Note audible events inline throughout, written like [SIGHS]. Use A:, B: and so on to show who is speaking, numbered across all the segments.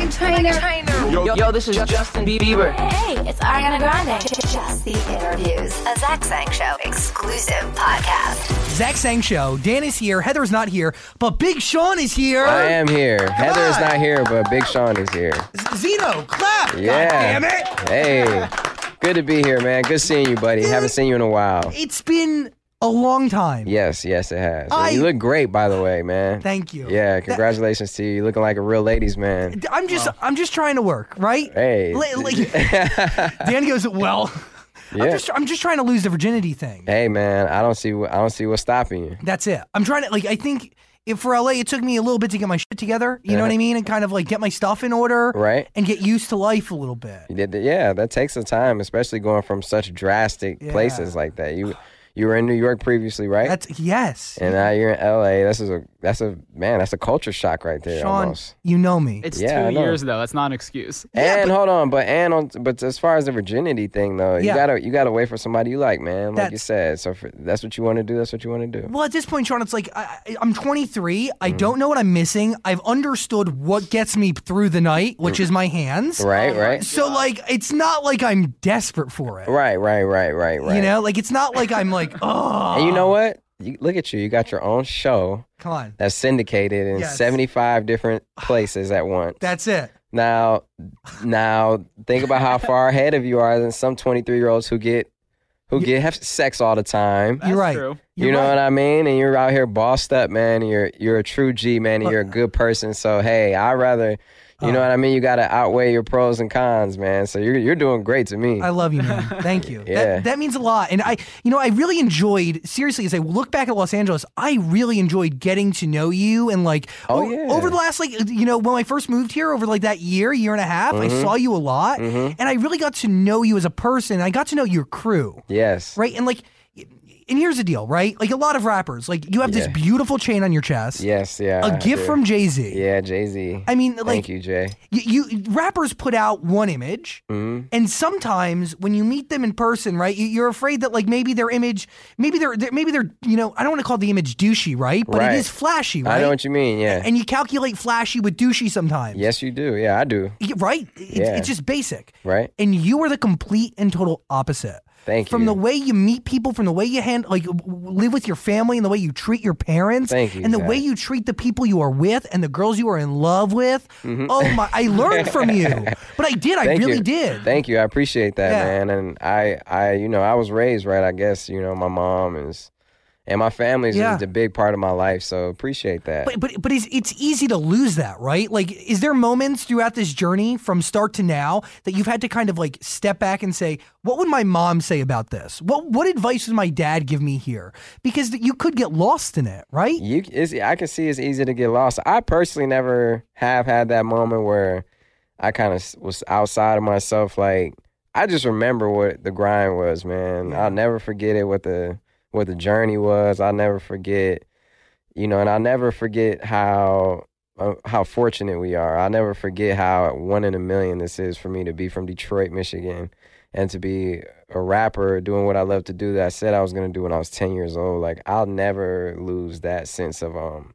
A: entertainer.
B: Yo, yo, this is Justin Bieber.
C: Hey, it's Ariana Grande. Just the interviews, a Zach Sang Show exclusive podcast.
D: Zach Sang Show. Dan is here. Heather's not here, but Big Sean is here.
E: I am here. Heather is
D: on.
E: not here, but Big Sean is here.
D: Zeno, clap.
E: Yeah.
D: God damn it.
E: Hey, good to be here, man. Good seeing you, buddy. Haven't seen you in a while.
D: It's been a long time.
E: Yes, yes, it has. And
D: I-
E: you look great, by the way, man.
D: Thank you.
E: Yeah, congratulations to you. You're looking like a real ladies man.
D: I'm just, I'm just trying to work, right?
E: Hey.
D: Li-
E: [LAUGHS]
D: like- Dan goes, well, I'm
E: Yeah.
D: just, I'm just trying to lose the virginity thing.
E: Hey, man. I don't see. what- I don't see what's stopping you.
D: That's it. I'm trying to like I think if for LA it took me a little bit to get my shit together, you know what I mean? And kind of like get my stuff in order
E: Right.
D: and get used to life a little bit.
E: You did- Yeah, that takes some time, especially going from such drastic places like that. You, you were in New York previously, right?
D: That's yes.
E: and now you're in LA. This is a. That's a man. That's a culture shock right there.
D: Sean,
E: almost.
D: you know me.
F: It's
E: Yeah, I
F: two
E: know.
F: years though. That's not an excuse.
E: And hold on, but and on, but as far as the virginity thing though,
D: Yeah.
E: you gotta you gotta wait for somebody you like, man. Like you
D: That's-
E: said, so for, that's what you want to do. That's what you want to do.
D: Well, at this point, Sean, it's like I, I- I'm 23. I
E: Mm-hmm.
D: don't know what I'm missing. I've understood what gets me through the night, which is my hands.
E: Right, right,
D: So like, it's not like I'm desperate for it.
E: right, right, right, right, right.
D: You know, like it's not like I'm like, oh,
E: [LAUGHS] and you know what? You, look at you. You got your own show
D: come on,
E: that's syndicated in
D: Yes.
E: seventy
D: [SIGHS]
E: five different places at once.
D: that's it.
E: now, now think about
D: [LAUGHS]
E: how far ahead of you are than some twenty three year olds who get who get have sex all the time.
F: That's
D: You're right.
F: true.
D: You're
E: you know
D: right.
E: what I mean? And you're out here bossed up, man. And you're you're a true G, man, and you're a good person. So hey, I rather you know
D: Uh.
E: what I mean? You gotta outweigh your pros and cons, man. So you're you're doing great to me.
D: I love you,
E: [LAUGHS]
D: man. Thank you.
E: Yeah.
D: That, that means a lot. And I, you know, I really enjoyed, seriously, as I look back at Los Angeles, I really enjoyed getting to know you. And like,
E: Oh,
D: o-
E: yeah.
D: over the last, like, you know, when I first moved here, over like that year, year and a half,
E: Mm-hmm.
D: I saw you a lot. And I really got to know you as a person. I got to know your crew,
E: yes.
D: right? And like, and here's the deal, right? Like, a lot of rappers, like, you have this
E: Yeah.
D: beautiful chain on your chest,
E: Yes, yeah.
D: a
E: I
D: gift
E: do.
D: from Jay Z.
E: Yeah, Jay Z.
D: I mean, like,
E: Thank you, Jay.
D: you, you rappers put out one image
E: Mm-hmm.
D: and sometimes when you meet them in person right you, you're afraid that like maybe their image maybe they're, they're maybe they're you know i don't want to call the image douchey right but
E: Right.
D: it is flashy right
E: I know what you mean, yeah.
D: and you calculate flashy with douchey sometimes
E: yes, you do. Yeah, I do.
D: Y- right It's-
E: Yeah.
D: it's just basic
E: Right?
D: and you are the complete and total opposite
E: Thank
D: from
E: you.
D: the way you meet people, from the way you hand like w- live with your family, and the way you treat your parents,
E: Thank you,
D: and the
E: Zach.
D: way you treat the people you are with, and the girls you are in love with. Oh my! I learned
E: [LAUGHS]
D: from you, but I did. I
E: Mm-hmm. Thank
D: really
E: you.
D: did.
E: Thank you. I appreciate that,
D: Yeah.
E: man. And I, I, you know, I was raised right. I guess you know, my mom is, and my family's
D: Yeah.
E: is a big part of my life. So appreciate that.
D: but but but it's, it's easy to lose that, right? Like, is there moments throughout this journey from start to now that you've had to kind of like step back and say, what would my mom say about this? What what advice would my dad give me here? Because th- you could get lost in it, right?
E: You, it's, I can see it's easy to get lost. I personally never have had that moment where I kind of was outside of myself. Like I just remember what the grind was, man. I'll never forget it. What the what the journey was. I'll never forget, you know, and I'll never forget how uh, how fortunate we are. I'll never forget how one in a million this is for me to be from Detroit, Michigan, and to be a rapper doing what I love to do that I said I was gonna do when I was ten years old. Like I'll never lose that sense of um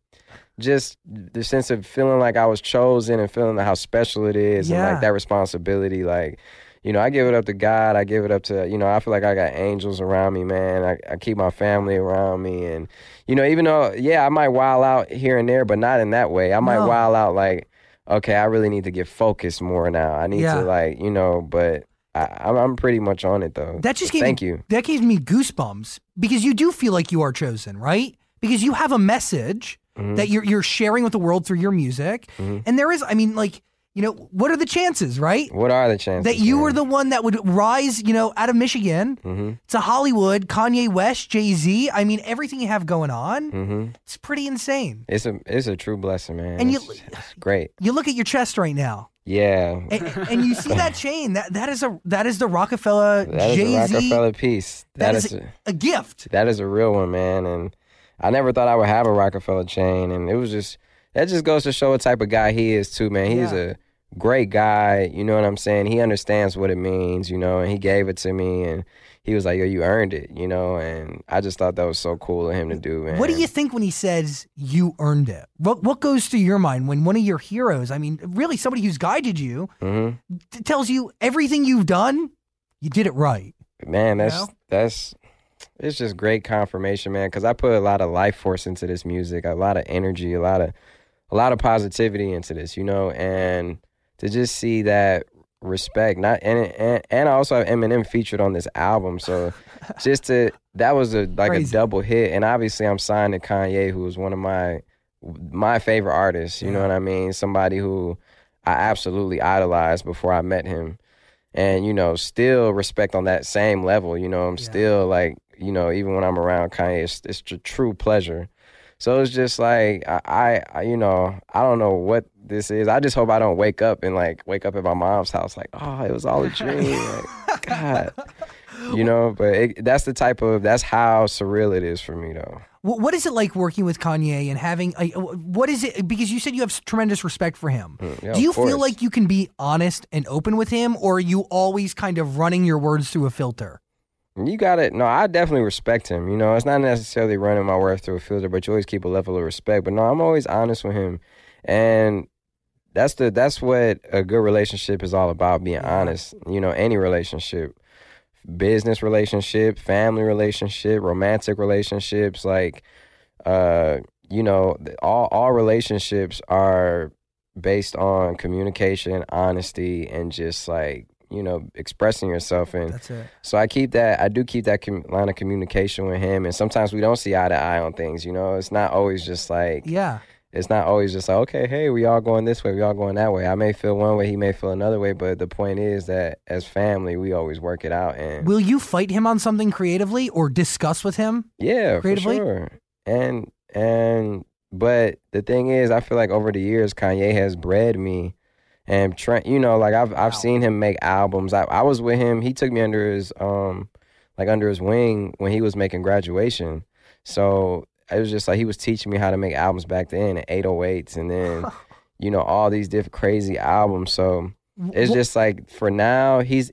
E: just the sense of feeling like I was chosen and feeling how special it is and
D: Yeah.
E: like that responsibility. Like, you know, I give it up to God. I give it up to you know, I feel like I got angels around me, man. I, I keep my family around me and you know, even though yeah, I might wild out here and there, but not in that way. I might
D: No.
E: wild out like, okay, I really need to get focused more now. I need
D: Yeah.
E: to like, you know, but I, I'm I'm pretty much on it though.
D: That just
E: So
D: gave
E: thank
D: me,
E: you.
D: That gave me goosebumps because you do feel like you are chosen, right? Because you have a message
E: Mm-hmm.
D: that you're you're sharing with the world through your music, and there is, I mean, like you know, what are the chances, right?
E: What are the chances
D: That you
E: man? Mm-hmm.
D: were the one that would rise, you know, out of Michigan to Hollywood, Kanye West, Jay Z. I mean, everything you have going on,
E: Mm.
D: it's pretty insane.
E: Mm-hmm. It's a it's a true blessing, man.
D: And you-
E: it's, it's great.
D: You look at your chest right now,
E: Yeah.
D: and, and you
E: [LAUGHS]
D: see that chain. That that is a that is the Rockefeller
E: That is
D: Jay
E: a
D: Z.
E: Rockefeller piece.
D: That
E: is,
D: is a, a gift.
E: that is a real one, man. And I never thought I would have a Rockefeller chain. And it was just that just goes to show what type of guy he is too, man. He's
D: Yeah.
E: a great guy. You know what I'm saying? He understands what it means, you know, and he gave it to me and he was like, yo, you earned it, you know, and I just thought that was so cool of him to do, man.
D: What do you think when he says you earned it? What what goes through your mind when one of your heroes, I mean, really somebody who's guided you,
E: Mhm.
D: t- tells you everything you've done, you did it right.
E: Man, that's,
D: know?
E: that's, it's just great confirmation, man, because I put a lot of life force into this music, a lot of energy, a lot of, a lot of positivity into this, you know, and to just see that respect, not and and, and I also have Eminem featured on this album,
D: [LAUGHS]
E: so just to that was a like
D: Crazy.
E: a double hit, and obviously I'm signed to Kanye, who is one of my my favorite artists. You know what I mean? Somebody who I absolutely idolized before I met him, and you know, still respect on that same level. You know, I'm still like you know, even when I'm around Kanye, it's, it's a true pleasure. So it's just like I, I, I, you know, I don't know what this is. I just hope I don't wake up and like wake up at my mom's house like, oh, it was all a dream. Like, God,
D: [LAUGHS]
E: you know. But it, that's the type of that's how surreal it is for me though.
D: What, what is it like working with Kanye and having like, uh, what is it because you said you have s- tremendous respect for him.
E: Mm, yeah,
D: Do you
E: of
D: feel
E: course.
D: like you can be honest and open with him or are you always kind of running your words through a filter?
E: You got it. No, I definitely respect him. You know, it's not necessarily running my worth through a filter, but you always keep a level of respect. But no, I'm always honest with him, and that's the that's what a good relationship is all about. Being honest. You know, any relationship, business relationship, family relationship, romantic relationships, like, uh, you know, th- all all relationships are based on communication, honesty, and just like you know, expressing yourself and.
D: That's it.
E: So I keep that. I do keep that com- line of communication with him, and sometimes we don't see eye to eye on things. You know, it's not always just like
D: Yeah.
E: it's not always just like okay, hey, we all going this way, we all going that way. I may feel one way, he may feel another way, but the point is that as family, we always work it out, and
D: Will you fight him on something creatively or discuss with him?
E: yeah, for
D: creatively?
E: sure. And and but the thing is, I feel like over the years, Kanye has bred me. And Trent, you know, like I've I've
D: Wow.
E: seen him make albums. I, I was with him. He took me under his um like under his wing when he was making graduation. So it was just like he was teaching me how to make albums back then, eight oh eights, and then you know all these different crazy albums. So it's
D: Wh-
E: just like for now he's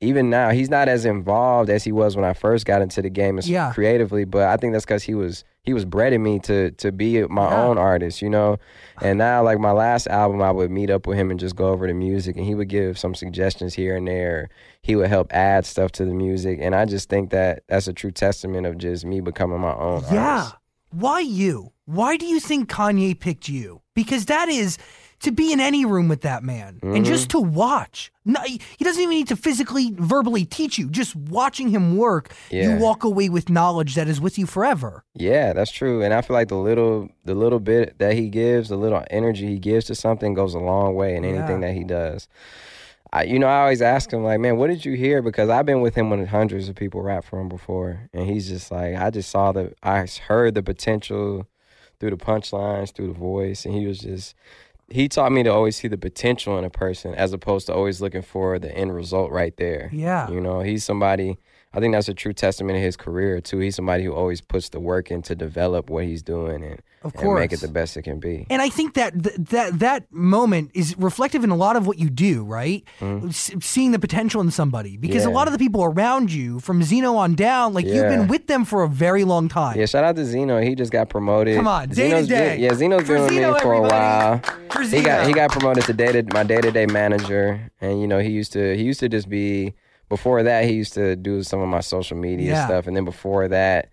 E: even now he's not as involved as he was when I first got into the game as
D: Yeah.
E: creatively, but I think that's because he was he was breading me to to be my
D: Yeah.
E: own artist, you know. And now like my last album, I would meet up with him and just go over the music, and he would give some suggestions here and there. He would help add stuff to the music, and I just think that that's a true testament of just me becoming my own.
D: Yeah.
E: artist.
D: Why you? Why do you think Kanye picked you? Because that is to be in any room with that man and just
E: Mm-hmm.
D: to watch. No, he he doesn't even need to physically, verbally teach you. Just watching him work,
E: Yeah.
D: you walk away with knowledge that is with you forever.
E: Yeah, that's true. And I feel like the little the little bit that he gives, the little energy he gives to something goes a long way in anything that he does. I you know, I always ask him like, "Man, what did you hear?" because I've been with him when hundreds of people rap for him before, and he's just like, "I just saw the I heard the potential through the punchlines, through the voice." And he was just he taught me to always see the potential in a person as opposed to always looking for the end result right there.
D: Yeah.
E: You know, he's somebody, I think that's a true testament of his career, too. He's somebody who always puts the work in to develop what he's doing and,
D: Of
E: and make
D: course.
E: it the best it can be.
D: And I think that th- that that moment is reflective in a lot of what you do, right? S- seeing the potential in somebody, because a
E: Mm. Yeah.
D: lot of the people around you, from Zeno on down, like you've
E: Yeah.
D: been with them for a very long time.
E: Yeah, shout out to Zeno. He just got promoted.
D: Come on, day
E: Zeno's
D: to day.
E: Been, yeah, Zeno's
D: For
E: been with me
D: Zeno,
E: for a while.
D: everybody. For
E: He got
D: Zeno.
E: he got promoted to day to my day to day manager, and you know he used to he used to just be. Before that, he used to do some of my social media
D: Yeah.
E: stuff, and then before that,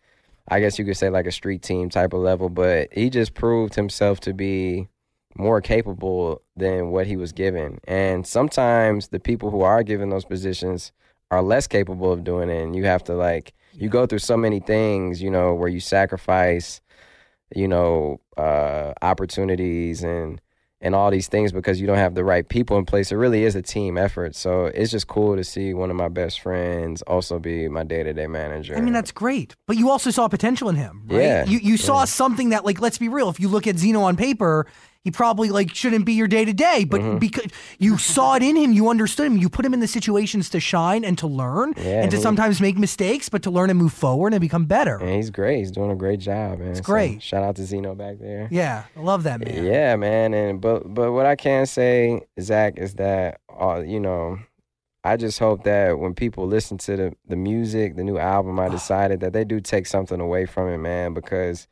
E: I guess you could say like a street team type of level. But he just proved himself to be more capable than what he was given, and sometimes the people who are given those positions are less capable of doing it, and you have to like you go through so many things, you know, where you sacrifice you know uh opportunities and and all these things because you don't have the right people in place it really is a team effort so it's just cool to see one of my best friends also be my day-to-day manager
D: I mean, that's great. But you also saw potential in him, right?
E: Yeah,
D: You you saw something that, like, let's be real. If you look at Zeno on paper, He probably like shouldn't be your day to day, but
E: Mm-hmm.
D: because you saw it in him, you understood him. You put him in the situations to shine and to learn,
E: Yeah, mm-hmm.
D: and to
E: he-
D: sometimes make mistakes, but to learn and move forward and become better.
E: And he's great. He's doing a great job, man. It's
D: great.
E: shout out to Zeno back there.
D: Yeah, I love that man.
E: Yeah, man. And but but what I can say, Zach, is that uh, you know, I just hope that when people listen to the the music, the new album,
D: Ah.
E: I decided that they do take something away from it, man, because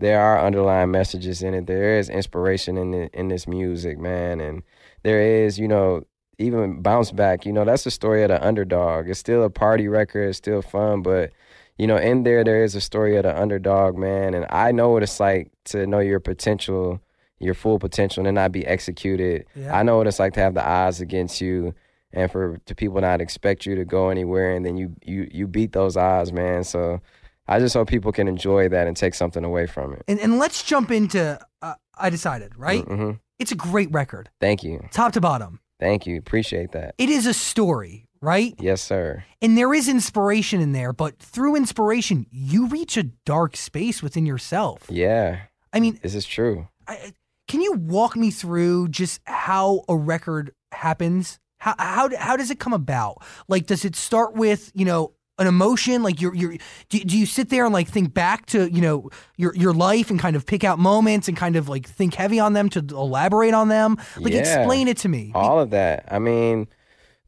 E: there are underlying messages in it. There is inspiration in the, in this music, man, and there is, you know, even bounce back. You know, that's the story of the underdog. It's still a party record. It's still fun, but you know, in there, there is a story of the underdog, man. And I know what it's like to know your potential, your full potential, and then not be executed.
D: Yeah.
E: I know what it's like to have the odds against you and for to people not expect you to go anywhere. And then you, you, you beat those odds, man. So I just hope people can enjoy that and take something away from it.
D: And and let's jump into uh, I decided, right?
E: Mhm.
D: It's a great record,
E: Thank you.
D: top to bottom.
E: Thank you. Appreciate that.
D: It is a story, right?
E: Yes, sir.
D: And there is inspiration in there, but through inspiration, you reach a dark space within yourself.
E: Yeah,
D: I mean,
E: this is true.
D: I- I, can you walk me through just how a record happens? How how d- how does it come about? Like, does it start with you know an emotion? Like, you're you're do, do you sit there and like think back to you know your your life and kind of pick out moments and kind of like think heavy on them to elaborate on them? Like,
E: Yeah.
D: explain it to me.
E: all of that i mean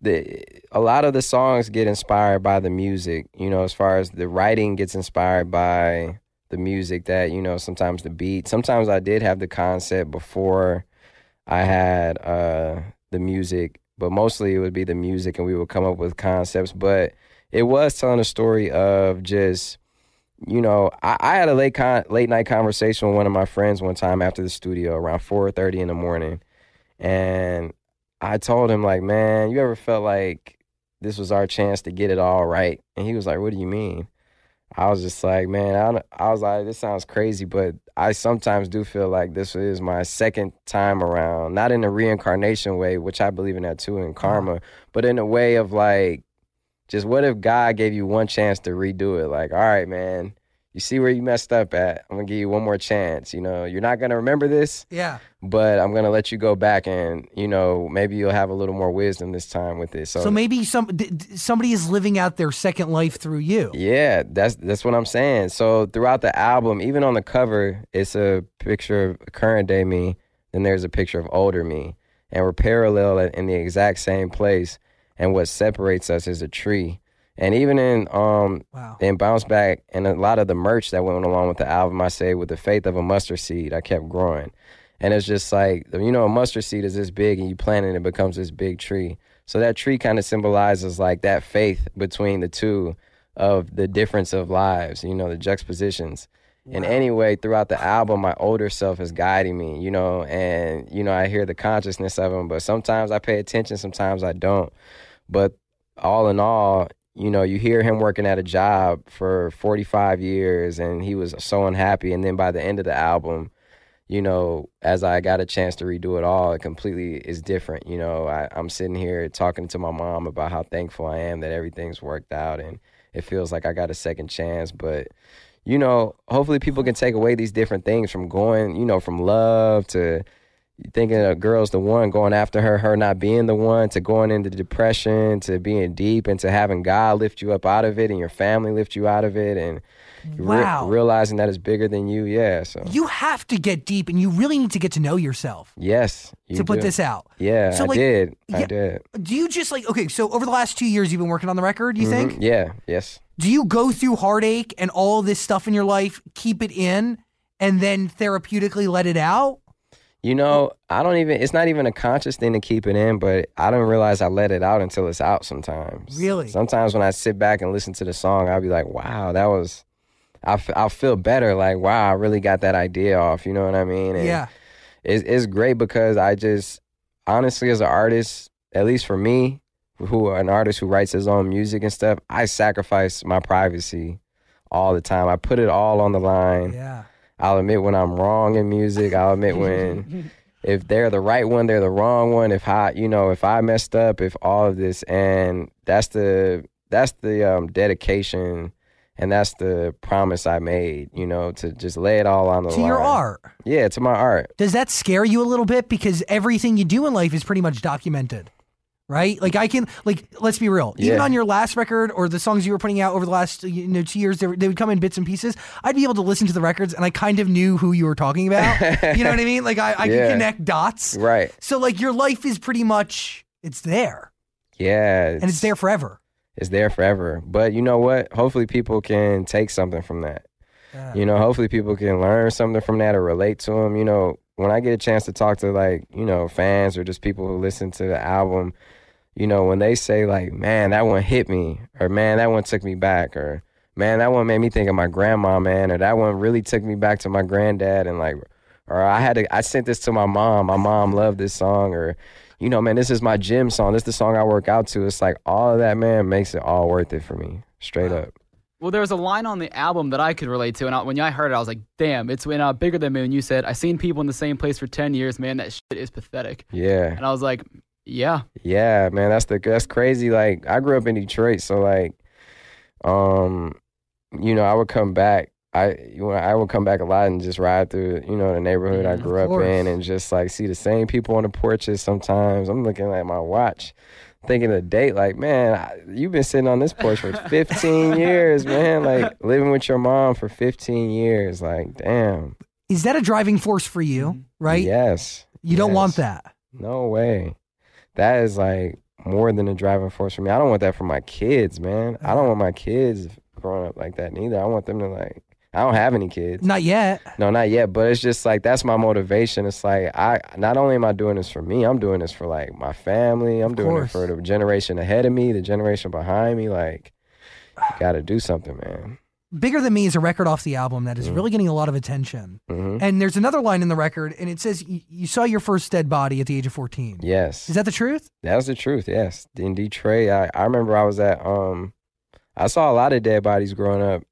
E: the a lot of the songs get inspired by the music you know as far as the writing gets inspired by the music that you know sometimes the beat sometimes i did have the concept before i had uh the music but mostly it would be the music and we would come up with concepts but it was telling a story of just you know i, I had a late con- late night conversation with one of my friends one time after the studio around 4.30 in the morning and I told him like, man, you ever felt like this was our chance to get it all right? And he was like, what do you mean? I was just like, man, I, don't- I was like, this sounds crazy, but I sometimes do feel like this is my second time around, not in a reincarnation way, which I believe in that too, in karma, but in a way of like, just what if God gave you one chance to redo it? Like, all right, man, you see where you messed up at. I'm gonna give you one more chance. You know, you're not gonna remember this,
D: yeah,
E: but I'm gonna let you go back and you know maybe you'll have a little more wisdom this time with it. So,
D: so maybe some d- d- somebody is living out their second life through you.
E: yeah, that's that's what I'm saying. So throughout the album, even on the cover, it's a picture of current day me. Then there's a picture of older me, and we're parallel at- in the exact same place. And what separates us is a tree. And even in um
D: Wow.
E: and bounce back and a lot of the merch that went along with the album i say with the faith of a mustard seed i kept growing and it's just like you know a mustard seed is this big and you plant it and it becomes this big tree so that tree kind of symbolizes like that faith between the two of the difference of lives you know the juxtapositions and anyway throughout the album my older self is guiding me you know and you know i hear the consciousness of him but sometimes i pay attention sometimes i don't but all in all, you know, you hear him working at a job for 45 years and he was so unhappy. And then by the end of the album, you know, as I got a chance to redo it all, it completely is different. You know, I, I'm sitting here talking to my mom about how thankful I am that everything's worked out and it feels like I got a second chance. But, you know, hopefully people can take away these different things from going, you know, from love to thinking a girl's the one, going after her, her not being the one, to going into depression, to being deep, and to having God lift you up out of it and your family lift you out of it and re-
D: Wow.
E: realizing that it's bigger than you. Yeah. So,
D: You have to get deep, and you really need to get to know yourself
E: yes. You
D: to put
E: do.
D: this out.
E: Yeah,
D: so,
E: I
D: like,
E: did.
D: yeah,
E: I did.
D: Do you just like okay? So over the last two years, you've been working on the record. You
E: Mhm.
D: think?
E: Yeah. Yes.
D: Do you go through heartache and all this stuff in your life, keep it in, and then therapeutically let it out?
E: You know, I don't even. It's not even a conscious thing to keep it in, but I don't realize I let it out until it's out. Sometimes,
D: Really?
E: Sometimes when I sit back and listen to the song, I'll be like, "Wow, that was." I f- I'll feel better. Like, wow, I really got that idea off. You know what I mean? And
D: Yeah,
E: it's, it's great because I just honestly, as an artist, at least for me, who an artist who writes his own music and stuff, I sacrifice my privacy all the time. I put it all on the line.
D: yeah,
E: I'll admit when I'm wrong in music.
D: [LAUGHS]
E: I'll admit when if they're the right one, they're the wrong one. If I, you know, if I messed up, if all of this, and that's the that's the um, dedication And that's the promise I made, you know, to just lay it all on the
D: to
E: line.
D: your art.
E: Yeah, to my art.
D: Does that scare you a little bit? Because everything you do in life is pretty much documented, right? Like I can, like let's be real. Even
E: Yeah.
D: on your last record or the songs you were putting out over the last you know two years, they, were- they would come in bits and pieces. I'd be able to listen to the records, and I kind of knew who you were talking
E: [LAUGHS]
D: about. you know what I mean? Like I, I
E: Yeah.
D: could connect dots.
E: Right.
D: So like your life is pretty much it's there
E: Yeah. It's,
D: and it's there forever.
E: It's there forever. But you know what? Hopefully people can take something from that.
D: Yeah.
E: You know, hopefully people can learn something from that or relate to them. You know, when I get a chance to talk to like, you know, fans or just people who listen to the album, you know, when they say like, man, that one hit me or man, that one took me back or man, that one made me think of my grandma, man, or that one really took me back to my granddad and like or I had to I sent this to my mom. My mom loved this song or you know, man, this is my gym song. This is the song I work out to. It's like all of that, man, makes it all worth it for me. Straight up.
A: Well, there was a line on the album that I could relate to, and I, when I heard it, I was like, "Damn!" It's when uh, "Bigger Than Moon." You said, "I seen people in the same place for ten years, man. That shit is pathetic."
E: Yeah.
A: And I was like, "Yeah,
E: Yeah, man, that's the that's crazy. Like I grew up in Detroit, so like, um, you know, I would come back. I you know, I would come back a lot and just ride through, you know, the neighborhood I
A: Mhm, of
E: grew up
D: Mm, course.
E: in, and just like see the same people on the porches. Sometimes I'm looking at my watch, thinking of date. Like, man, I, you've been sitting on this porch for
D: [LAUGHS]
E: 15 years, man. Like living with your mom for 15 years. Like, damn.
D: Is that a driving force for you? Right?
E: Yes.
D: You don't want
E: yes.
D: that.
E: No way. That is like more than a driving force for me. I don't want that for my kids, man. I don't want my kids growing up like that neither. I want them to like I don't have any kids.
D: Not yet.
E: No, not yet, but it's just like that's my motivation. It's like I not only am I doing this for me, I'm doing this for like my family. I'm
D: Of
E: doing
D: course.
E: it for the generation ahead of me, the generation behind me. Like
D: [SIGHS]
E: you gotta do something, man.
D: Bigger Than Me is a record off the album that is
E: Mhm.
D: really getting a lot of attention.
E: hmm
D: And there's another line in the record, and it says, "You you saw your first dead body at the age of 14."
E: Yes.
D: Is that the truth?
E: That's the truth. Yes, in Detroit, I, I remember I was at um, I saw a lot of dead bodies growing up.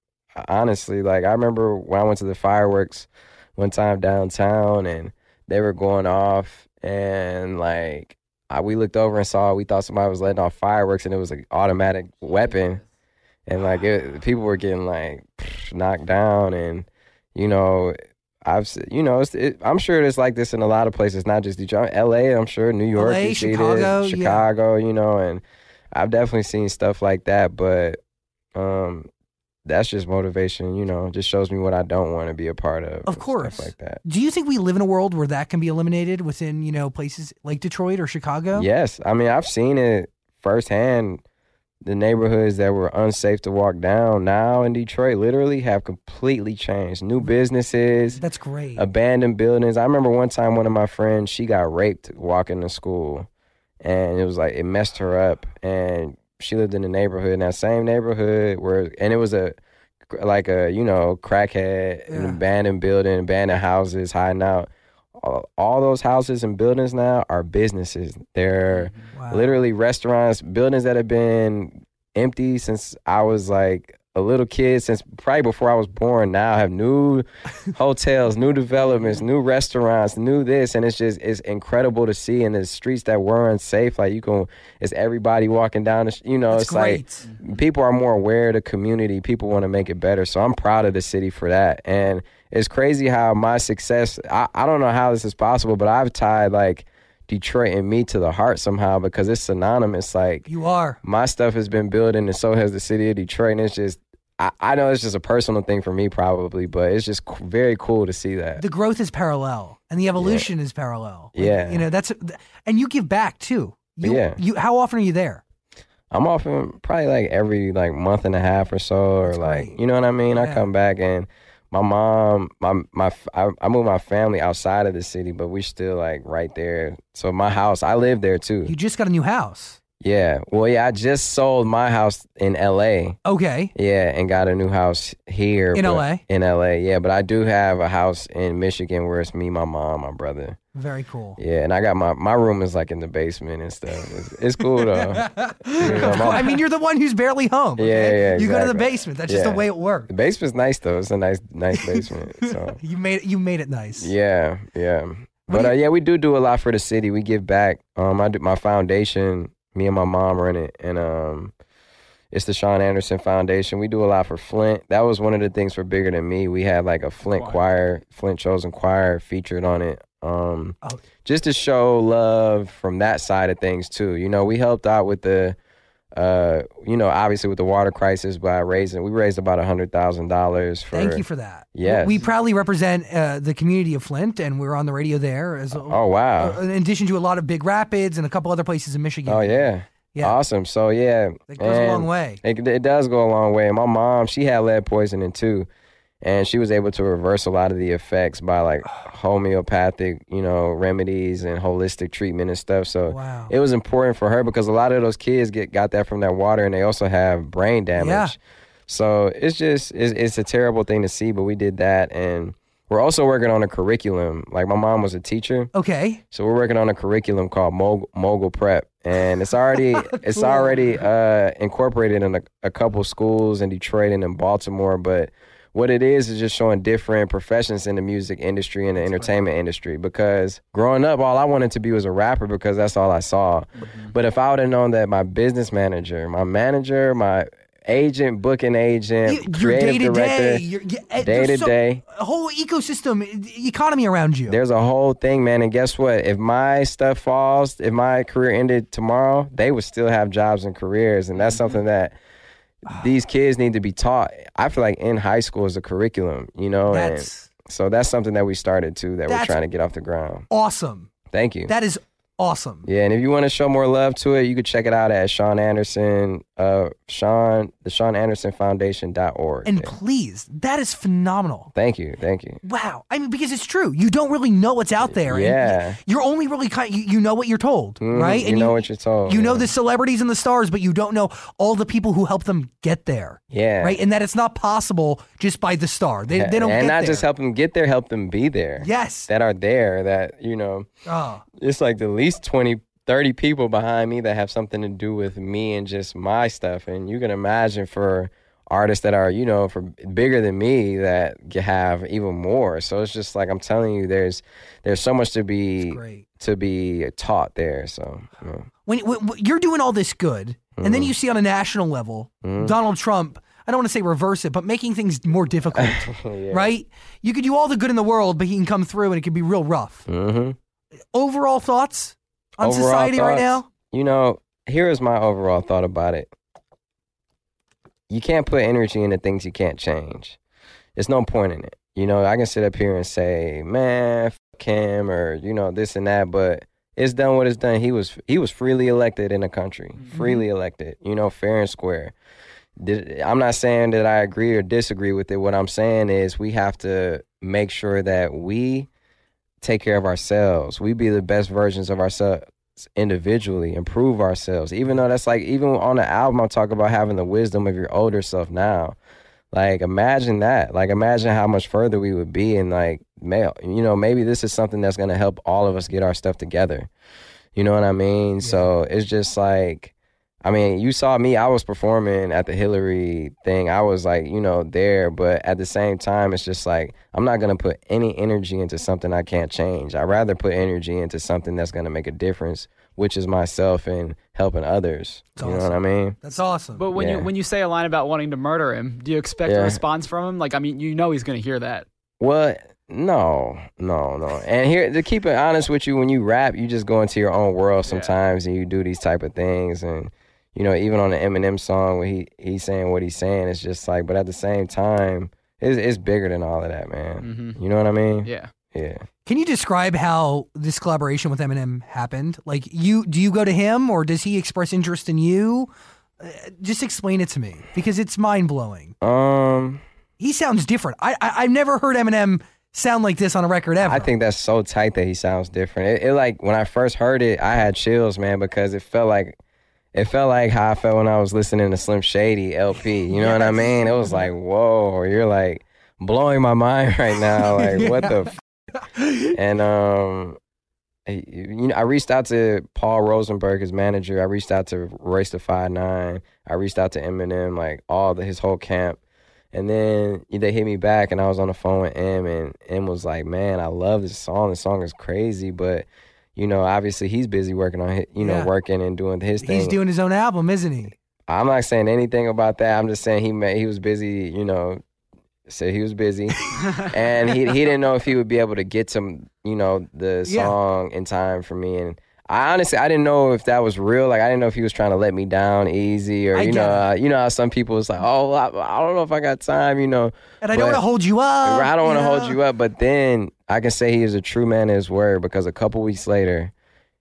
E: Honestly, like I remember when I went to the fireworks one time downtown, and they were going off, and like I, we looked over and saw we thought somebody was letting off fireworks, and it was an automatic
D: Oh,
E: weapon, and like it, people were getting like [SNIFFS] knocked down, and you know. I've s- you know it's, it, I'm sure it's like this in a lot of places, not just Detroit, L.A. I'm sure New York,
D: LA,
E: you see this,
D: Chicago, yeah.
E: Chicago, you know, and I've definitely seen stuff like that, but um, that's just motivation, you know. Just shows me what I don't want to be a part of. and
D: course.
E: stuff like that.
D: Do you think we live in a world where that can be eliminated within, you know, places like Detroit or Chicago?
E: Yes, I mean I've seen it firsthand. The neighborhoods that were unsafe to walk down now in Detroit literally have completely changed. New businesses,
D: That's great.
E: Um, abandoned buildings. I remember one time one of my friends, she got raped walking to school and it was like it messed her up and she lived in the neighborhood in that same neighborhood where and it was a like a you know crackhead an
D: Yeah.
E: abandoned building abandoned houses hiding out all, all those houses and buildings now are businesses they're
D: wow.
E: literally restaurants, buildings that have been empty since I was like a little kid, since probably before I was born. Now have
D: [LAUGHS]
E: new hotels, new developments, new restaurants, new this, and it's just it's incredible to see. in the streets that were unsafe, like you can, it's everybody walking down. The, sh- you know,
D: That's
E: it's like
D: great.
E: people are more aware of the community. People want to make it better. So I'm proud of the city for that. And it's crazy how my success, I, I don't know how this is possible, but I've tied like Detroit and me to the heart somehow because it's synonymous. Like
D: you are.
E: my stuff has been building and so has the city of Detroit. And it's just, I, I know it's just a personal thing for me probably, but it's just c- very cool to see that.
D: The growth is parallel and the evolution is parallel. Like,
E: Yeah.
D: You know, that's and you give back too. You,
E: Yeah.
D: you how often are you there?
E: I'm off in probably like every like month and a half or so, or
D: That's
E: like
D: great.
E: you know what I mean. I
D: Yeah.
E: come back and my mom, my my, f- I, I moved my family outside of the city, but we still like right there. So my house, I live there too.
D: You just got a new house.
E: yeah, well, yeah, I just sold my house in L.A.
D: Okay.
E: Yeah, and got a new house here
D: In
E: but-
D: LA?
E: In L.A. Yeah, but I do have a house in Michigan where it's me, my mom, my brother.
D: Very cool.
E: Yeah, and I got my my room is like in the basement and stuff. It's, it's cool
D: [LAUGHS]
E: though.
D: Of course. I mean, you're the one who's barely home.
E: Yeah,
D: okay?
E: yeah,
D: You go to the
E: exactly.
D: basement. That's just the
E: Yeah.
D: way it worked.
E: The basement's nice though. It's a nice, nice basement. so
D: You made it. You made it nice.
E: yeah, yeah. But
D: do
E: uh, yeah, we do do a lot for the city. We give back. Um, I do my foundation. Me and my mom run it, and um, It's the Sean Anderson Foundation. We do a lot for Flint. That was one of the things for Bigger Than Me. We had like a Flint
A: Choir.
E: choir, Flint Chosen Choir featured on it. Um,
D: Oh.
E: Just to show love from that side of things too. You know, we helped out with the, uh, you know, obviously with the water crisis by raising. We raised about a hundred thousand dollars for.
D: Thank you for that.
E: Yes.
D: We proudly represent uh, the community of Flint, and we're on the radio there as
E: Oh wow.
D: uh, in addition to a lot of Big Rapids and a couple other places in Michigan.
E: Oh yeah.
D: Yeah.
E: Awesome. So yeah,
D: That goes a long
E: and
D: way.
E: It, it does go a long way. And my mom, she had lead poisoning too, and she was able to reverse a lot of the effects
D: [SIGHS]
E: by like homeopathic, you know, remedies and holistic treatment and stuff. So
D: Wow.
E: it was important for her because a lot of those kids get got that from that water, and they also have brain damage.
D: Yeah.
E: So it's just it's, it's a terrible thing to see, but we did that, and we're also working on a curriculum. Like my mom was a teacher,
D: Okay.
E: so we're working on a curriculum called Mogul, Mogul Prep, and
D: [LAUGHS]
E: it's already it's already uh, incorporated in a, a couple schools in Detroit and in Baltimore. But what it is is just showing different professions in the music industry and the entertainment industry. Because growing up, all I wanted to be was a rapper because that's all I saw.
D: Mm-hmm.
E: But if I would have known that my business manager, my manager, my agent, booking agent,
D: You- Your day
E: creative
D: to day,
E: director,
D: your yeah, eh,
E: day
D: there's
E: to
D: so-
E: day.
D: a whole ecosystem, e- economy around you.
E: There's a whole thing, man. And guess what? If my stuff falls, if my career ended tomorrow, they would still have jobs and careers. And that's
D: Mm-hmm.
E: something that these kids need to be taught. I feel like in high school is a curriculum, you know?
D: That's
E: and so that's something that we started too that we're
D: That's-
E: trying to get off the ground.
D: awesome.
E: Thank you.
D: That is awesome.
E: yeah, and if you want to show more love to it, you can check it out at Sean Anderson, uh, Sean, the Sean Anderson Foundation.org.
D: And please, that is phenomenal.
E: thank you. Thank you.
D: Wow. I mean, because it's true. You don't really know what's out there. and
E: Yeah.
D: You're only really kind. You, you know what you're told,
E: Mhm,
D: right?
E: You know what you're told.
D: You know
E: man.
D: the celebrities and the stars, but you don't know all the people who help them get there,
E: Yeah.
D: right? And that it's not possible just by the star. They, they don't
E: and
D: get
E: not
D: there.
E: just help them get there, help them be there.
D: Yes.
E: That are there that, you know,
D: Oh,
E: it's like the least 20, 30 people behind me that have something to do with me and just my stuff. And you can imagine for artists that are, you know, for bigger than me that g- have even more. So it's just like I'm telling you, there's there's so much to be
D: great.
E: to be taught there. So you know.
D: When, when, when you're doing all this good, and
E: Mm-hmm.
D: then you see on a national level Donald Trump, I don't want to say reverse it, but making things more
E: [LAUGHS]
D: difficult, right? You could do all the good in the world, but he can come through and it could be real rough.
E: hmm
D: Overall thoughts on
E: Overall
D: society right
E: thoughts?
D: now?
E: You know, here is my overall thought about it. You can't put energy into things you can't change. There's no point in it. You know, I can sit up here and say, "Man, fuck him," or you know, this and that, but it's done what it's done. He was he was freely elected in the country, freely elected. You know, fair and square. Did, I'm not saying that I agree or disagree with it. What I'm saying is we have to make sure that we take care of ourselves. We be the best versions of ourselves individually, improve ourselves. Even though that's like even on the album I talk about having the wisdom of your older self now. Like imagine that. Like imagine how much further we would be and like male you know, maybe this is something that's gonna help all of us get our stuff together. You know what I mean? So it's just like I mean, you saw me, I was performing at the Hillary thing. I was like, you know, there, but at the same time, it's just like, I'm not going to put any energy into something I can't change. I'd rather put energy into something that's going to make a difference, which is myself and helping others.
D: It's
E: you know what I
D: awesome.
E: mean?
D: That's awesome.
A: But when you
E: Yeah.
A: when you say a line about wanting to murder him, do you expect a
E: Yeah.
A: response from him? Like, I mean, you know he's gonna hear that.
E: Well, no, no, no. And here to keep it honest with you, when you rap, you just go into your own world sometimes, and you do these type of things. And you know, even on the Eminem song, when he he's saying what he's saying, it's just like. But at the same time, it's, it's bigger than all of that, man. You know what I mean?
A: Mm-hmm. Yeah.
E: Yeah.
D: Can you describe how this collaboration with Eminem happened? Like, you do you go to him, or does he express interest in you? Uh, just explain it to me because it's mind blowing.
E: Um,
D: He sounds different. I, I I've never heard Eminem sound like this on a record ever. [GASPS]
E: I think that's so tight that he sounds different. It, it like when I first heard it, I had chills, man, because it felt like it felt like how I felt when I was listening to Slim Shady LP. You know what I mean? It was like, whoa, you're like blowing my [LAUGHS] mind right now. Like, what the? F-? And um, I- you know, I reached out to Paul Rosenberg, his manager. I reached out to Royce the Five Nine. I reached out to Eminem, like all the, his whole camp. And then they hit me back, and I was on the phone with M, and M was like, "Man, I love this song. This song is crazy, but you know, obviously he's busy working on, his, you know,
D: Yeah.
E: working and doing his thing.
D: He's doing his own album, isn't he?
E: I'm not saying anything about that. I'm just saying he may, he was busy, you know, so he was
D: [LAUGHS]
E: busy, and he he didn't know if he would be able to get some, you know, the
D: Yeah.
E: song in time for me. And I honestly, I didn't know if that was real. Like I didn't know if he was trying to let me down easy, or
D: I
E: you
D: get
E: know,
D: it.
E: uh, you know how some people is like, oh, well, I, I don't know if I got time, you know.
D: And I don't
E: But-
D: want to hold you up.
E: I don't want to
D: know?
E: hold you up, but then I can say he is a true man in his word because a couple weeks later,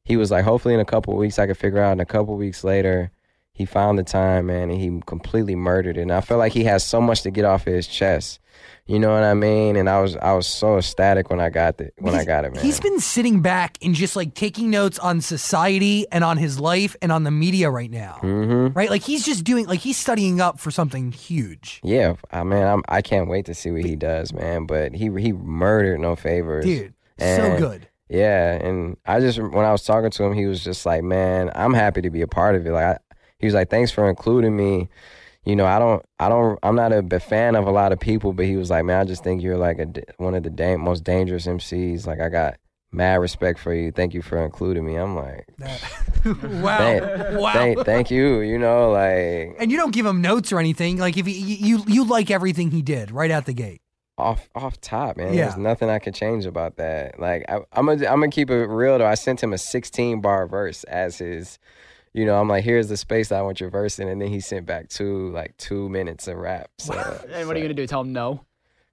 E: he was like, hopefully in a couple weeks I could figure out. And a couple weeks later, he found the time, man, and he completely murdered it. And I felt like he has so much to get off his chest. You know what I mean? And I was I was so ecstatic when I got it when I
D: He's-
E: got it, man.
D: He's been sitting back and just like taking notes on society and on his life and on the media right now.
E: mm-hmm.
D: Right? Like he's just doing like he's studying up for something huge.
E: Yeah, I mean, I'm, I can't wait to see what he does, man. But he he murdered no favors,
D: Dude, so
E: And-
D: good.
E: Yeah, and I just when I was talking to him, he was just like, "Man, I'm happy to be a part of it." Like, I, he was like, "Thanks for including me." You know, I don't, I don't, I'm not a b- fan of a lot of people, but he was like, "Man, I just think you're like a d one of the da- most dangerous MCs." Like, I got mad respect for you. Thank you for including me. I'm like,
D: [LAUGHS] wow. [LAUGHS]
E: thank,
D: wow.
E: thank, thank you. You know, like
D: and you don't give him notes or anything. Like if he, you you like everything he did right out the
E: [LAUGHS]
D: gate.
E: off off top, man.
D: Yeah.
E: There's nothing I could change about that. Like I, I'm gonna I'm gonna keep it real though. I sent him a 16 bar verse as his, you know. I'm like, here's the space that I want your verse in, and then he sent back two like two minutes of rap.
A: [LAUGHS]
E: So
A: And what are you gonna do? Tell him no.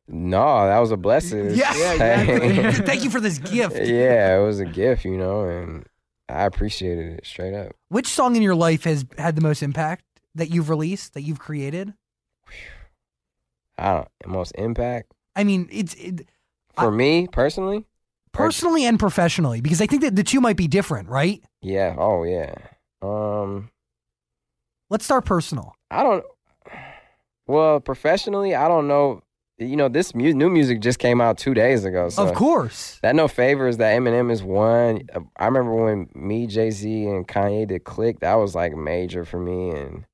E: no, that was a blessing. [LAUGHS]
D: Yeah. Yeah,
A: exactly. [LAUGHS]
D: Thank you for this gift.
E: yeah, it was a gift, you know, and I appreciated it straight up.
D: Which song in your life has had the most impact that you've released, that you've created?
E: I don't most impact
D: I mean, it's it,
E: for me personally.
D: personally and professionally because I think that the two might be different, right?
E: Yeah. Oh yeah. Um.
D: Let's start personal.
E: I don't. Well, professionally, I don't know. You know, this mu- new music just came out two days ago. So
D: of course.
E: That no favors that Eminem is one. Uh, I remember when me, Jay Z, and Kanye did Click. That was like major for me, and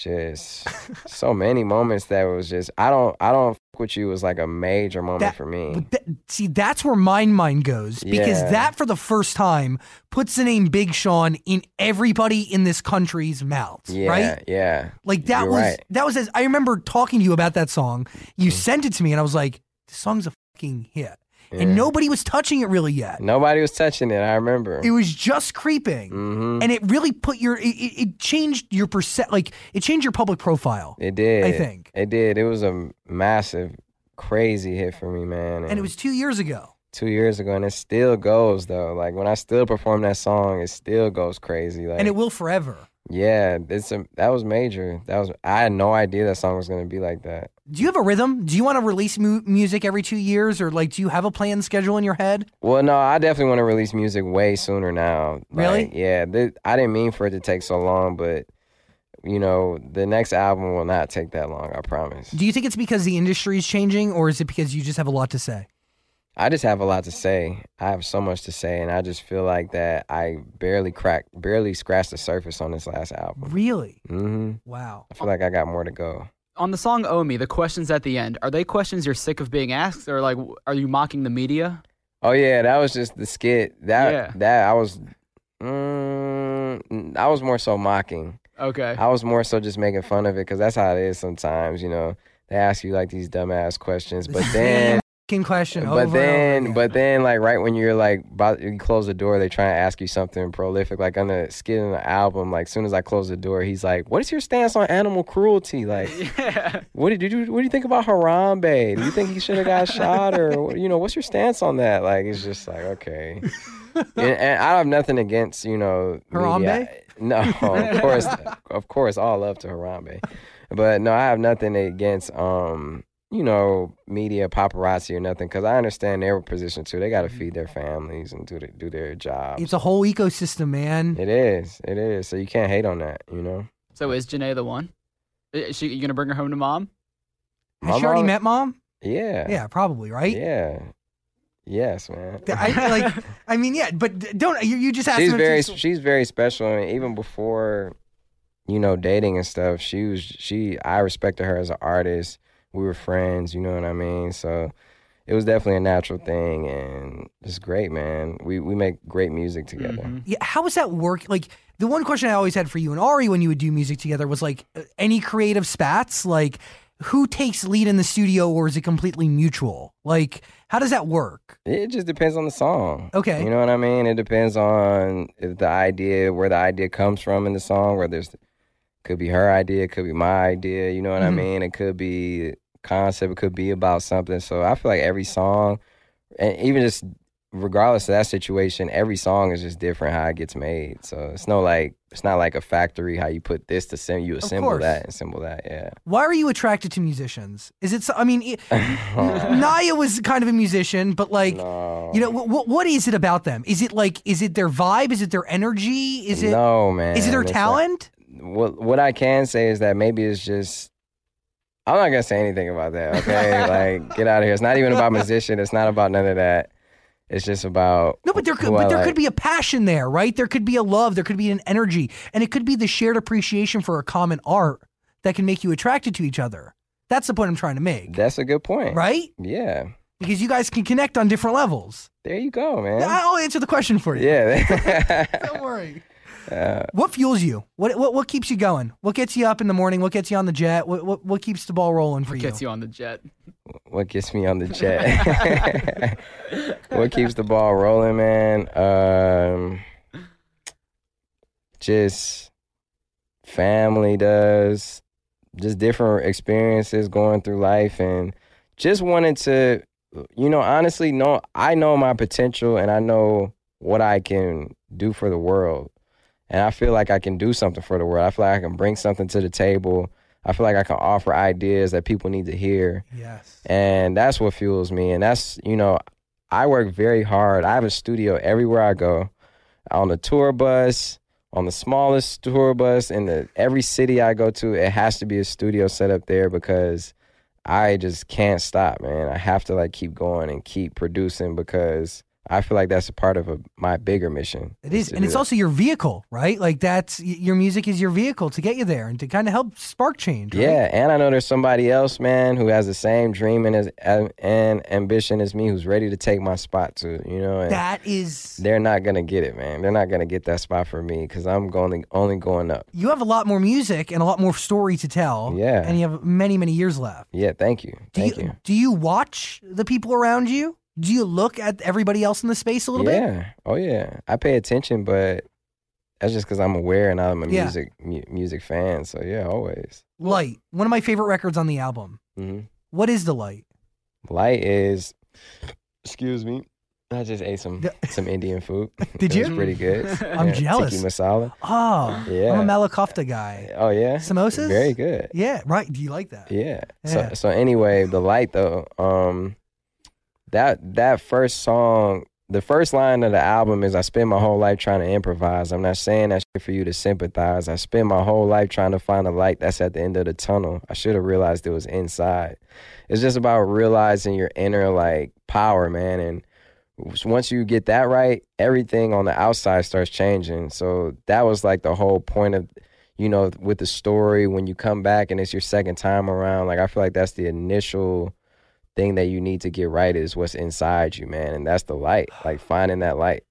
D: [LAUGHS]
E: just so many moments that was just I don't I don't fuck with you was like a major moment
D: That-
E: for me.
D: But that, see, that's where Mind Mind goes because
E: mm. Yeah.
D: that, for the first time, puts the name Big Sean in everybody in this country's mouths,
E: yeah,
D: right?
E: yeah.
D: Like that
E: You're
D: was
E: right. Mm.
D: that was as I remember talking to you about that song. You sent it to me, and I was like, "This song's a fucking hit," and
E: Yeah.
D: nobody was touching it really yet.
E: Nobody was touching it. I remember.
D: It was just creeping,
E: hmm
D: and it really put your it, it it changed your percent like it changed your public profile,
E: It did.
D: I think.
E: it did. It was a massive, crazy hit for me, man.
D: and it was two years ago.
E: two years ago, and it still goes though. Like when I still perform that song, it still goes crazy. Like
D: and it will forever.
E: yeah, it's a that was major. That was I had no idea that song was gonna be like that.
D: Do you have a rhythm? Do you want to release mu- music every two years, or like, do you have a planned schedule in your head?
E: Well, no, I definitely want to release music way sooner now.
D: Really?
E: Like, yeah, thi- I didn't mean for it to take so long, but you know, the next album will not take that long. I promise.
D: Do you think it's because the industry is changing, or is it because you just have a lot to say?
E: I just have a lot to say. I have so much to say, and I just feel like that I barely cracked, barely scratched the surface on this last album.
D: Really?
E: hmm
D: Wow.
E: I feel like I got more to go.
A: On the song "Owe Me," the questions at the end are they questions you're sick of being asked, or like, w- are you mocking the media?
E: Oh yeah, that was just the skit. That
A: Yeah.
E: that I was, mm, I was more so mocking.
A: Okay.
E: I was more so just making fun of it because that's how it is sometimes. You know, they ask you like these dumbass
D: [LAUGHS]
E: questions, but then.
D: Fucking question. over
E: But
D: and over
E: then,
D: again.
E: but then, like right when you're like about you close the door, they try and ask you something prolific. Like on the skit in the album, like soon as I close the door, he's like, "What is your stance on animal cruelty? Like,
A: yeah.
E: what did you do? What do you think about Harambe? Do you think he should
D: [LAUGHS]
E: have got shot, or what- you know, what's your stance on that? Like, it's just like okay. And,
D: [LAUGHS]
E: and I have nothing against you know
D: Harambe? [LAUGHS]
E: No, of course, of course, all love to Harambe, but no, I have nothing against um you know media paparazzi or nothing because I understand their position too. They got to feed their families and do the, do their jobs.
D: it's a whole ecosystem, man.
E: it is, it is. So you can't hate on that, you know.
A: [LAUGHS] So is Janae the one? Is she you gonna bring her home to mom?
D: Has she already
E: mom-
D: met mom?
E: Yeah,
D: Yeah, probably, right?
E: yeah, yes, man.
D: I like. [LAUGHS] I mean, yeah, but d- don't you, you just asked
E: she's
D: him if
E: very
D: she's-
E: she's very special and even before you know dating and stuff she was she i respected her as an artist we were friends you know what i mean so it was definitely a natural thing, and it's great, man. We we make great music together.
A: Mm-hmm.
D: Yeah, how was that work? Like the one question I always had for you and Ari when you would do music together was like, uh, any creative spats? Like, who takes lead in the studio, or is it completely mutual? Like, how does that work?
E: It just depends on the song.
D: Okay.
E: You know what I mean? It depends on if the idea, where the idea comes from in the song, whether it's could be her idea, could be my idea, you know what
D: Mhm.
E: I mean? It could be concept, it could be about something. So I feel like every song and even just regardless of that situation, every song is just different how it gets made. So it's no like it's not like a factory how you put this to sim you assemble
D: course.
E: that, assemble that, yeah.
D: Why are you attracted to musicians? Is it? so- I
E: [LAUGHS]
D: mean, it, Naya was kind of a musician, but [LAUGHS] like.
E: No.
D: You know what? What is it about them? Is it like? Is it their vibe? Is it their energy? Is it?
E: no man.
D: is it their
E: It's like-
D: talent?
E: what what I can say is that maybe it's just I'm not gonna say anything about that. Okay, like get out of here. It's not even about musician. It's not about none of that. It's just about
D: No, but there could,
E: who I
D: but there
E: like.
D: could be a passion there, right? There could be a love. There could be an energy, and it could be the shared appreciation for a common art that can make you attracted to each other. That's the point I'm trying to make,
E: That's a good point,
D: right?
E: Yeah,
D: Because you guys can connect on different levels.
E: there you go, man.
D: I'll answer the question for you.
E: yeah,
D: [LAUGHS]
E: [LAUGHS]
D: Don't worry. what fuels you? What, what what keeps you going? What gets you up in the morning? What gets you on the jet? What what, what keeps the ball rolling for
A: Gets you on the jet.
E: what gets me on the jet? [LAUGHS] what keeps the ball rolling, man? Um, just family does, just different experiences going through life, and just wanted to, you know, honestly, know I know my potential and I know what I can do for the world, and I feel like I can do something for the world. I feel like I can bring something to the table. I feel like I can offer ideas that people need to hear
D: Yes.
E: and that's what fuels me and that's you know i work very hard i have a studio everywhere i go on the tour bus on the smallest tour bus in the every city i go to it has to be a studio set up there because i just can't stop man i have to like keep going and keep producing because i feel like that's a part of a, my bigger mission
D: It is,
E: to
D: and
E: do
D: it's
E: that.
D: also your vehicle, right? Like that's y- your music is your vehicle to get you there and to kind of help spark change. right?
E: Yeah, and I know there's somebody else, man, who has the same dream and, as, and ambition as me, who's ready to take my spot too. You know, and
D: that is.
E: they're not gonna get it, man. They're not gonna get that spot for me because I'm going only going up.
D: You have a lot more music and a lot more story to tell.
E: Yeah.
D: Oh, and you have many, many years left.
E: Yeah, thank you,
D: Do
E: thank
D: you,
E: you.
D: Do you watch the people around you? Do you look at everybody else in the space a little bit?
E: yeah, oh yeah, I pay attention, but that's just because I'm aware and I'm a
D: Yeah.
E: music mu- music fan. So yeah, always.
D: Light, one of my favorite records on the album.
E: Mhm.
D: What is the
E: [LAUGHS]
D: light?
E: Light is, excuse me. I just ate some
D: The-
E: some Indian food.
D: Did
E: It was
D: you?
E: pretty good.
D: [LAUGHS]
E: [LAUGHS]
D: I'm
E: Yeah,
D: jealous.
E: Tiki masala.
D: Oh,
E: Yeah.
D: I'm a Malakofta guy.
E: Oh yeah.
D: Samosas?
E: Very good.
D: Yeah, right. Do you like that?
E: Yeah.
D: Yeah.
E: So so anyway, the light though, um that that first song, the first line of the album is I spend my whole life trying to improvise. I'm not saying that shit for you to sympathize. I spend my whole life trying to find a light that's at the end of the tunnel. I should have realized it was inside. It's just about realizing your inner like power, man, and once you get that right, everything on the outside starts changing. So that was like the whole point of you know, with the story when you come back and it's your second time around. Like I feel like that's the initial thing that you need to get right is what's inside you, man, and that's the light. Like finding that light.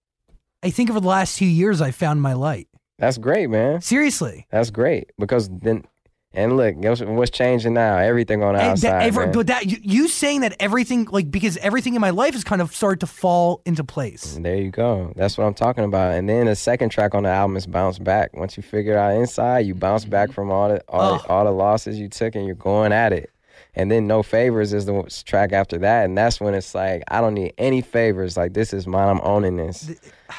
D: I think over the last two years, I found my light.
E: That's great, man.
D: Seriously.
E: That's great because then, and look, guess what's changing now? Everything on the
D: And that
E: outside,
D: every-
E: man.
D: but that you, you saying that everything like because everything in my life has kind of started to fall into place.
E: There you go. That's what I'm talking about. And then the second track on the album is bounce back. Once you figure out inside, you bounce back from all the all,
D: Ugh.
E: the, all the losses you took, and you're going at it. And then no favors is the one- track after that, and that's when it's like I don't need any favors. Like this is mine. I'm owning this.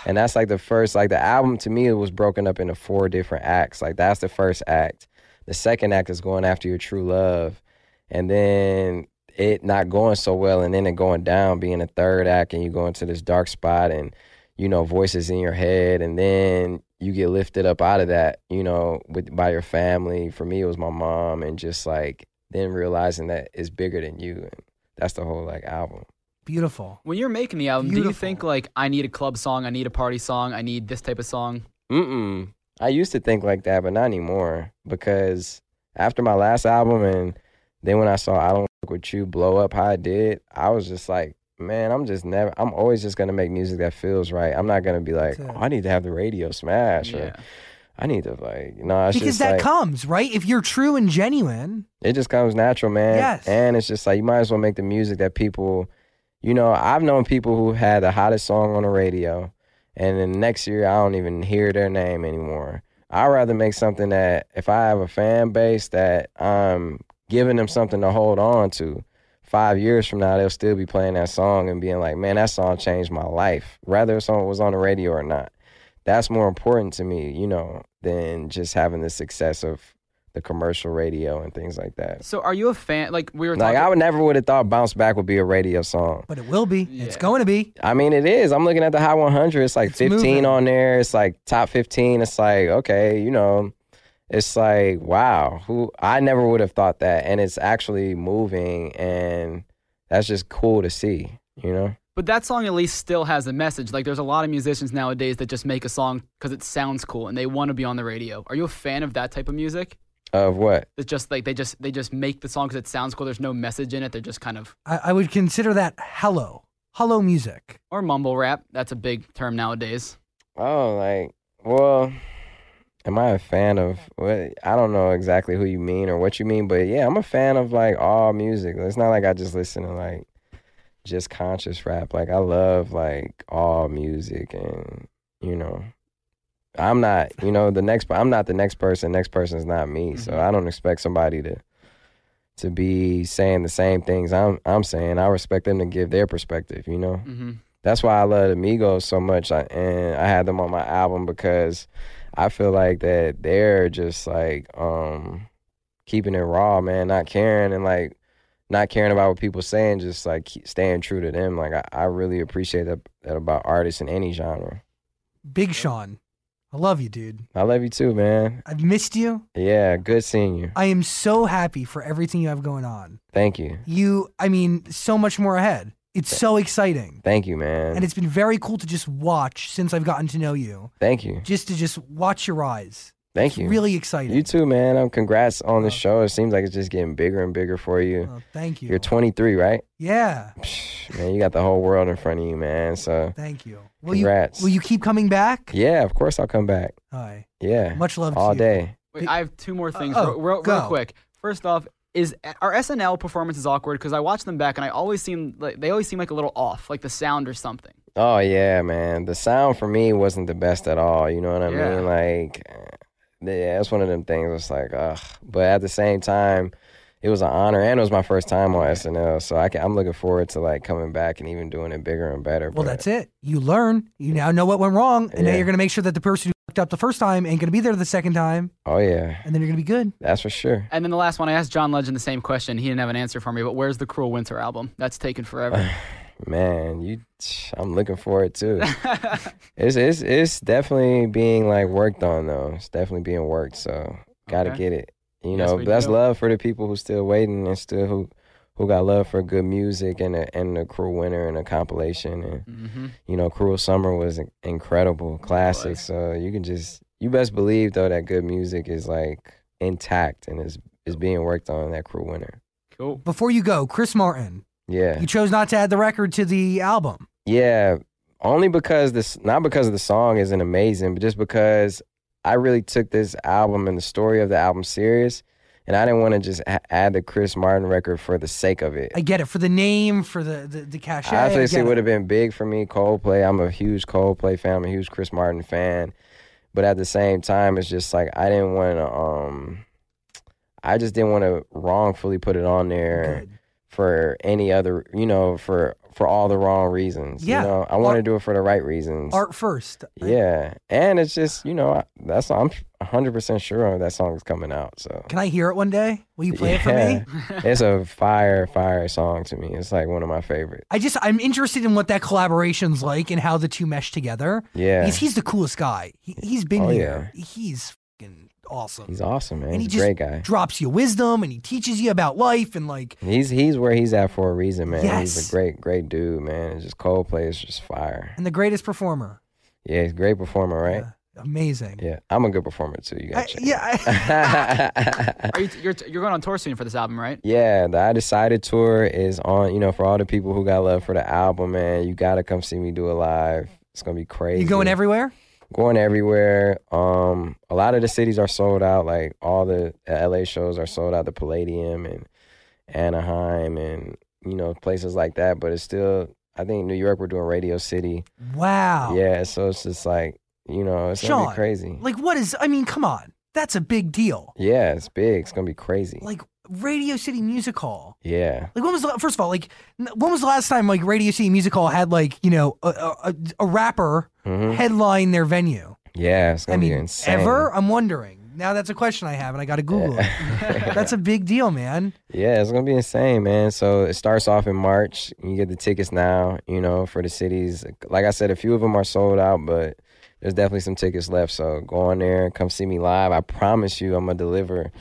E: And that's like the first. Like the album to me, it was broken up into four different acts. Like that's the first act. The second act is going after your true love, and then it not going so well, and then it going down, being a third act, and you go into this dark spot, and you know voices in your head, and then you get lifted up out of that, you know, with by your family. For me, it was my mom, and just like then realizing that it's bigger than you, and that's the whole like album.
D: Beautiful.
A: When you're making the album, do you
D: Beautiful.
A: think like I need a club song, I need a party song, I need this type of song?
E: Mm-mm. I used to think like that, but not anymore because after my last album, and then when I saw I don't with you blow up how I did, I was just like, man, I'm just never. I'm always just gonna make music that feels right. I'm not gonna be like,
D: That's it.
E: oh, I need to have the radio smash or
A: Yeah.
E: I need to like, you know, it's
D: because
E: just
D: that
E: like,
D: comes right if you're true and genuine.
E: it just comes natural, man.
D: Yes.
E: And it's just like you might as well make the music that people, you know, I've known people who had the hottest song on the radio, and then next year I don't even hear their name anymore. I'd rather make something that if I have a fan base that I'm giving them something to hold on to. Five years from now, they'll still be playing that song and being like, "Man, that song changed my life." Whether a song was on the radio or not, that's more important to me, you know, than just having the success of the commercial radio and things like that.
A: So are you a fan? Like we were
E: Like
A: talking.
E: I would never would have thought "Bounce Back" would be a radio song.
D: But it will be. It's
A: Yeah.
D: going to be.
E: I mean, it is. I'm looking at the Hot 100. It's like
D: It's
E: 15
D: moving.
E: on there. It's like top 15. It's like okay, you know, it's like wow. Who I never would have thought that, and it's actually moving, and that's just cool to see. You know,
A: But that song at least still has a message. Like there's a lot of musicians nowadays that just make a song because it sounds cool and they want to be on the radio. Are you a fan of that type of music?
E: of what?
A: That's just like they just they just make the song because it sounds cool. There's no message in it. They're just kind of
D: I, I would consider that hello, hello music.
A: or mumble rap. That's a big term nowadays.
E: Oh, like well, am I a fan of what? I don't know exactly who you mean or what you mean, but yeah, I'm a fan of like all music. It's not like I just listen to like just conscious rap. Like I love like all music, and you know, I'm not you know the next. I'm not the next person. Next person's not me, so I don't expect somebody to to be saying the same things I'm I'm saying. I respect them to give their perspective. You know
A: hmm
E: that's why I love the Migos so much, I, and I had them on my album because I feel like that they're just like um keeping it raw, man, not caring and like not caring about what people saying, just like keep- staying true to them. Like I, I really appreciate that, that about artists in any genre.
D: Big Sean, I love you, dude.
E: I love you too, man.
D: I've missed you.
E: Yeah, good seeing you.
D: I am so happy for everything you have going on.
E: Thank you,
D: You, I mean, so much more ahead. It's so exciting.
E: thank you, man.
D: And it's been very cool to just watch since I've gotten to know you,
E: thank you,
D: just to just watch your rise.
E: thank
D: It's
E: you.
D: really exciting.
E: you too, man. Um, congrats on the
D: Oh.
E: show. It seems like it's just getting bigger and bigger for you.
D: Oh, thank you.
E: You're 23, right?
D: yeah.
E: Psh, man, you got the whole world in front of you, man. So
D: Thank you. Will
E: Congrats.
D: you will you keep coming back?
E: yeah, of course I'll come back.
D: Hi.
E: Yeah,
D: Much love
E: all
D: to you.
E: day.
A: Wait, I have two more things
D: oh,
A: real, real, real
D: go.
A: quick. First off, is our SNL performances awkward? Because I watch them back and I always seem like they always seem like a little off, like the sound or something.
E: Oh yeah, man. The sound for me wasn't the best at all. You know what I
A: Yeah.
E: mean? Like, yeah, it's one of them things. It's like, ugh. But at the same time, it was an honor, and it was my first time on SNL, so I can, I'm looking forward to like coming back and even doing it bigger and better.
D: Well, that's it. You learn. You now know what went wrong, and now
E: Yeah.
D: you're gonna make sure that the person who fucked up the first time ain't gonna be there the second time,
E: Oh yeah,
D: and then you're gonna be good.
E: that's for sure.
A: And then the last one, I asked John Legend the same question. He didn't have an answer for me. But where's the Cruel Winter album? That's taken
D: [LAUGHS]
A: forever. [LAUGHS]
E: Man, you, I'm looking forward too. it's it's it's definitely being like worked on though. It's definitely being worked. So gotta
A: Okay.
E: get it. You
A: Yes,
E: know,
A: we
E: that's
A: do.
E: love for the people who still waiting and still who who got love for good music and a and a cruel winter and a compilation and
A: hmm
E: you know cruel summer was in- incredible classic. So you can just you best believe though that good music is like intact and is is being worked on in that cruel winter.
A: Cool.
D: Before you go, Chris Martin,
E: Yeah.
D: you chose not to add the record to the album.
E: Yeah, only because this not because the song isn't amazing, but just because I really took this album and the story of the album serious, and I didn't want to just a- add the Chris Martin record for the sake of it.
D: I get it for the name, for the the, the cachet. I
E: Obviously,
D: get
E: it
D: it.
E: would have been big for me. Coldplay, I'm a huge Coldplay fan. I'm a huge Chris Martin fan, but at the same time, it's just like I didn't want to. Um, I just didn't want to wrongfully put it on there
D: Good.
E: for any other, you know, for for all the wrong reasons.
D: Yeah.
E: you know, I want to
D: Art-
E: do it for the right reasons.
D: Art first.
E: Yeah, and it's just you know I- that's I'm 100 percent sure that song is coming out. So
D: Can I hear it one day? Will you play it for
E: yeah,
D: me?
E: [LAUGHS] it's a fire fire song to me. It's like one of my favorites.
D: I just I'm interested in what that collaboration's like and how the two mesh together.
E: Yeah,
D: Because he's the coolest guy. He, he's been
E: Oh,
D: here. He's fucking awesome.
E: he's awesome, man.
D: and he
E: he's
D: just
E: a great guy.
D: drops you wisdom and he teaches you about life and like
E: He's he's where he's at for a reason, man. He's
D: Yes.
E: a great great dude, man. It's just Coldplay is just fire.
D: and the greatest performer.
E: Yeah, he's a great performer, right?
D: Yeah. amazing.
E: Yeah, I'm a good performer too. You
D: I-
E: got to
D: yeah, I- [LAUGHS]
E: yeah.
A: Are you, you're you're going on tour soon for this album, right?
E: yeah, the I Decided tour is on. You know, for all the people who got love for the album, man, you gotta come see me do it live. It's gonna be [LAUGHS]
D: [LAUGHS]
E: crazy.
D: you going everywhere?
E: going everywhere. Um, a lot of the cities are sold out. Like all the LA shows are sold out. The Palladium and Anaheim and you know places like that. But it's still, I think New York. We're doing Radio City.
D: Wow.
E: Yeah, so it's just like you know, it's gonna
D: Sean,
E: be crazy.
D: Like what is? I mean, come on, that's a big deal.
E: yeah, it's big. It's gonna be crazy.
D: Like Radio City Music Hall.
E: yeah.
D: Like when was the, first of all like n- when was the last time like Radio City Music Hall had like you know a, a, a rapper
E: hmm
D: headline their venue?
E: Yeah, it's
D: I
E: gonna
D: mean,
E: be insane.
D: ever? I'm wondering. Now that's a question I have, and I got to Google
E: [LAUGHS]
D: it. that's a big deal, man.
E: Yeah, it's gonna be insane, man. So it starts off in March. You get the tickets now, you know, for the cities. Like I said, a few of them are sold out, but there's definitely some tickets left. So go on there, come see me live. I promise you, I'm gonna deliver.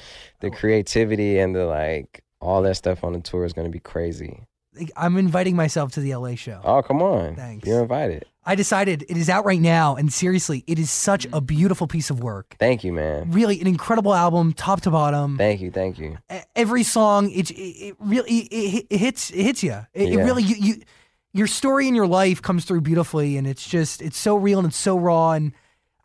E: The creativity and the like, all that stuff on the tour is gonna be crazy.
D: Like, I'm inviting myself to the LA show.
E: Oh, come on,
D: Thanks.
E: You're invited.
D: I decided it is out right now, and seriously, it is such
E: Mm-hmm.
D: a beautiful piece of work.
E: Thank you, man.
D: Really, an incredible album, top to bottom.
E: Thank you, thank you.
D: E- Every song, it it, it really it, it- it hits it hits you. It,
E: Yeah.
D: it really you, you your story and your life comes through beautifully, and it's just it's so real and it's so raw. And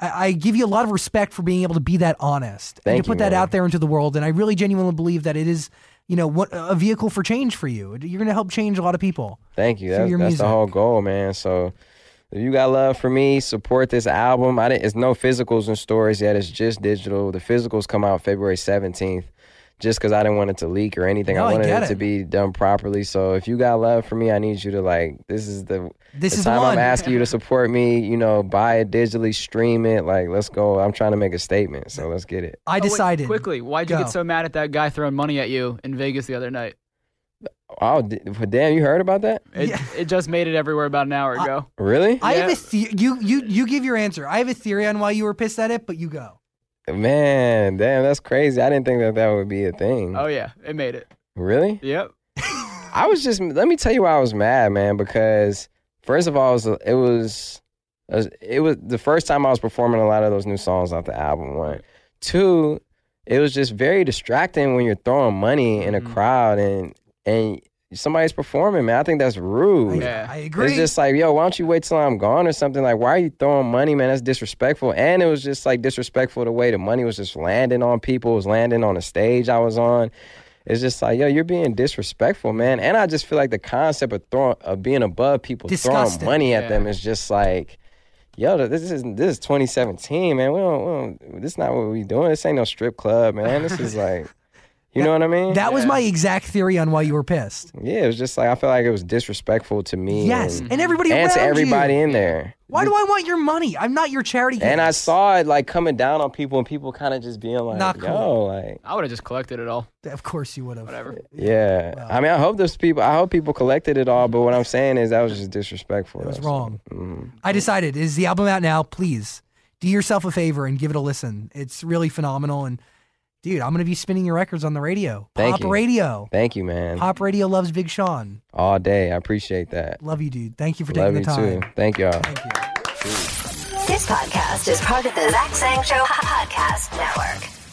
D: I, I give you a lot of respect for being able to be that honest
E: Thank
D: and to
E: you,
D: put that
E: man.
D: out there into the world. And I really genuinely believe that it is you know what a vehicle for change for you. You're going to help change a lot of people.
E: Thank you.
D: through
E: That's,
D: your
E: that's the
D: music.
E: whole goal, man. So if you got love for me, support this album. I didn't, it's no physicals and stores yet. It's just digital. The physicals come out February 17th just because I didn't want it to leak or anything.
D: No, I
E: I wanted
D: get
E: it,
D: it.
E: to be done properly. So if you got love for me, I need you to like, this is the,
D: This
E: the
D: is the
E: time
D: one.
E: I'm asking you to support me. You know, buy it digitally, stream it. Like, let's go. I'm trying to make a statement. So let's get it.
D: I
A: Oh, wait,
D: decided
A: quickly. Why'd you
D: Go.
A: get so mad at that guy throwing money at you in Vegas the other night?
E: Oh, d- damn, you heard about that?
A: It,
D: Yeah.
A: it just made it everywhere about an hour ago.
E: Really?
D: I have
A: Yeah.
D: a the- you you you give your answer. I have a theory on why you were pissed at it, but you go.
E: Man, damn, that's crazy. I didn't think that that would be a thing.
A: oh yeah, it made it.
E: Really?
A: Yep.
E: I was just let me tell you why I was mad, man. Because first of all, it was it was, it was, it was the first time I was performing a lot of those new songs off the album. One, two, it was just very distracting when you're throwing money in a
A: Mhm.
E: crowd and and somebody's performing, man. I think that's rude.
A: Yeah.
D: I, I agree.
E: It's just like, yo, why don't you wait till I'm gone or something? Like, why are you throwing money, man? That's disrespectful. And it was just like disrespectful the way the money was just landing on people, it was landing on the stage I was on. It's just like, yo, you're being disrespectful, man. And I just feel like the concept of throwing of being above people,
D: Disgusting.
E: throwing money at
A: Yeah.
E: them is just like, yo, this is this is 2017, man. We don't, we don't this is not what we doing. This ain't no strip club, man. This is like, you know what I mean?
D: that was
A: Yeah.
D: my exact theory on why you were pissed.
E: yeah, it was just like I feel like it was disrespectful to me.
D: Yes,
E: and-
D: and everybody
E: Mm. and to
D: around
E: everybody
D: you.
E: in there.
D: Why do I want your money? I'm not your charity.
E: And I
D: case.
E: saw it like coming down on people, and people kind of just being like,
D: Not cool.
E: "Yo, like,
A: I would have just collected it all.
D: Of course you would have.
A: Whatever.
E: yeah." I mean, I hope those people, I hope people collected it all. But what I'm saying is that was just disrespectful.
D: It was
E: That's- Mm-hmm.
D: wrong. I decided. Is the album out now? Please do yourself a favor and give it a listen. It's really phenomenal. And dude, I'm gonna be spinning your records on the radio.
E: Thank
D: Pop
E: you.
D: radio.
E: Thank you, man.
D: Pop radio loves Big Sean.
E: All day, I appreciate that.
D: Love you, dude. Thank you for
E: Love
D: taking
E: you
D: the time.
E: too. Thank y'all.
D: Thank you.
C: This podcast is part of the Zach Sang Show Podcast Network.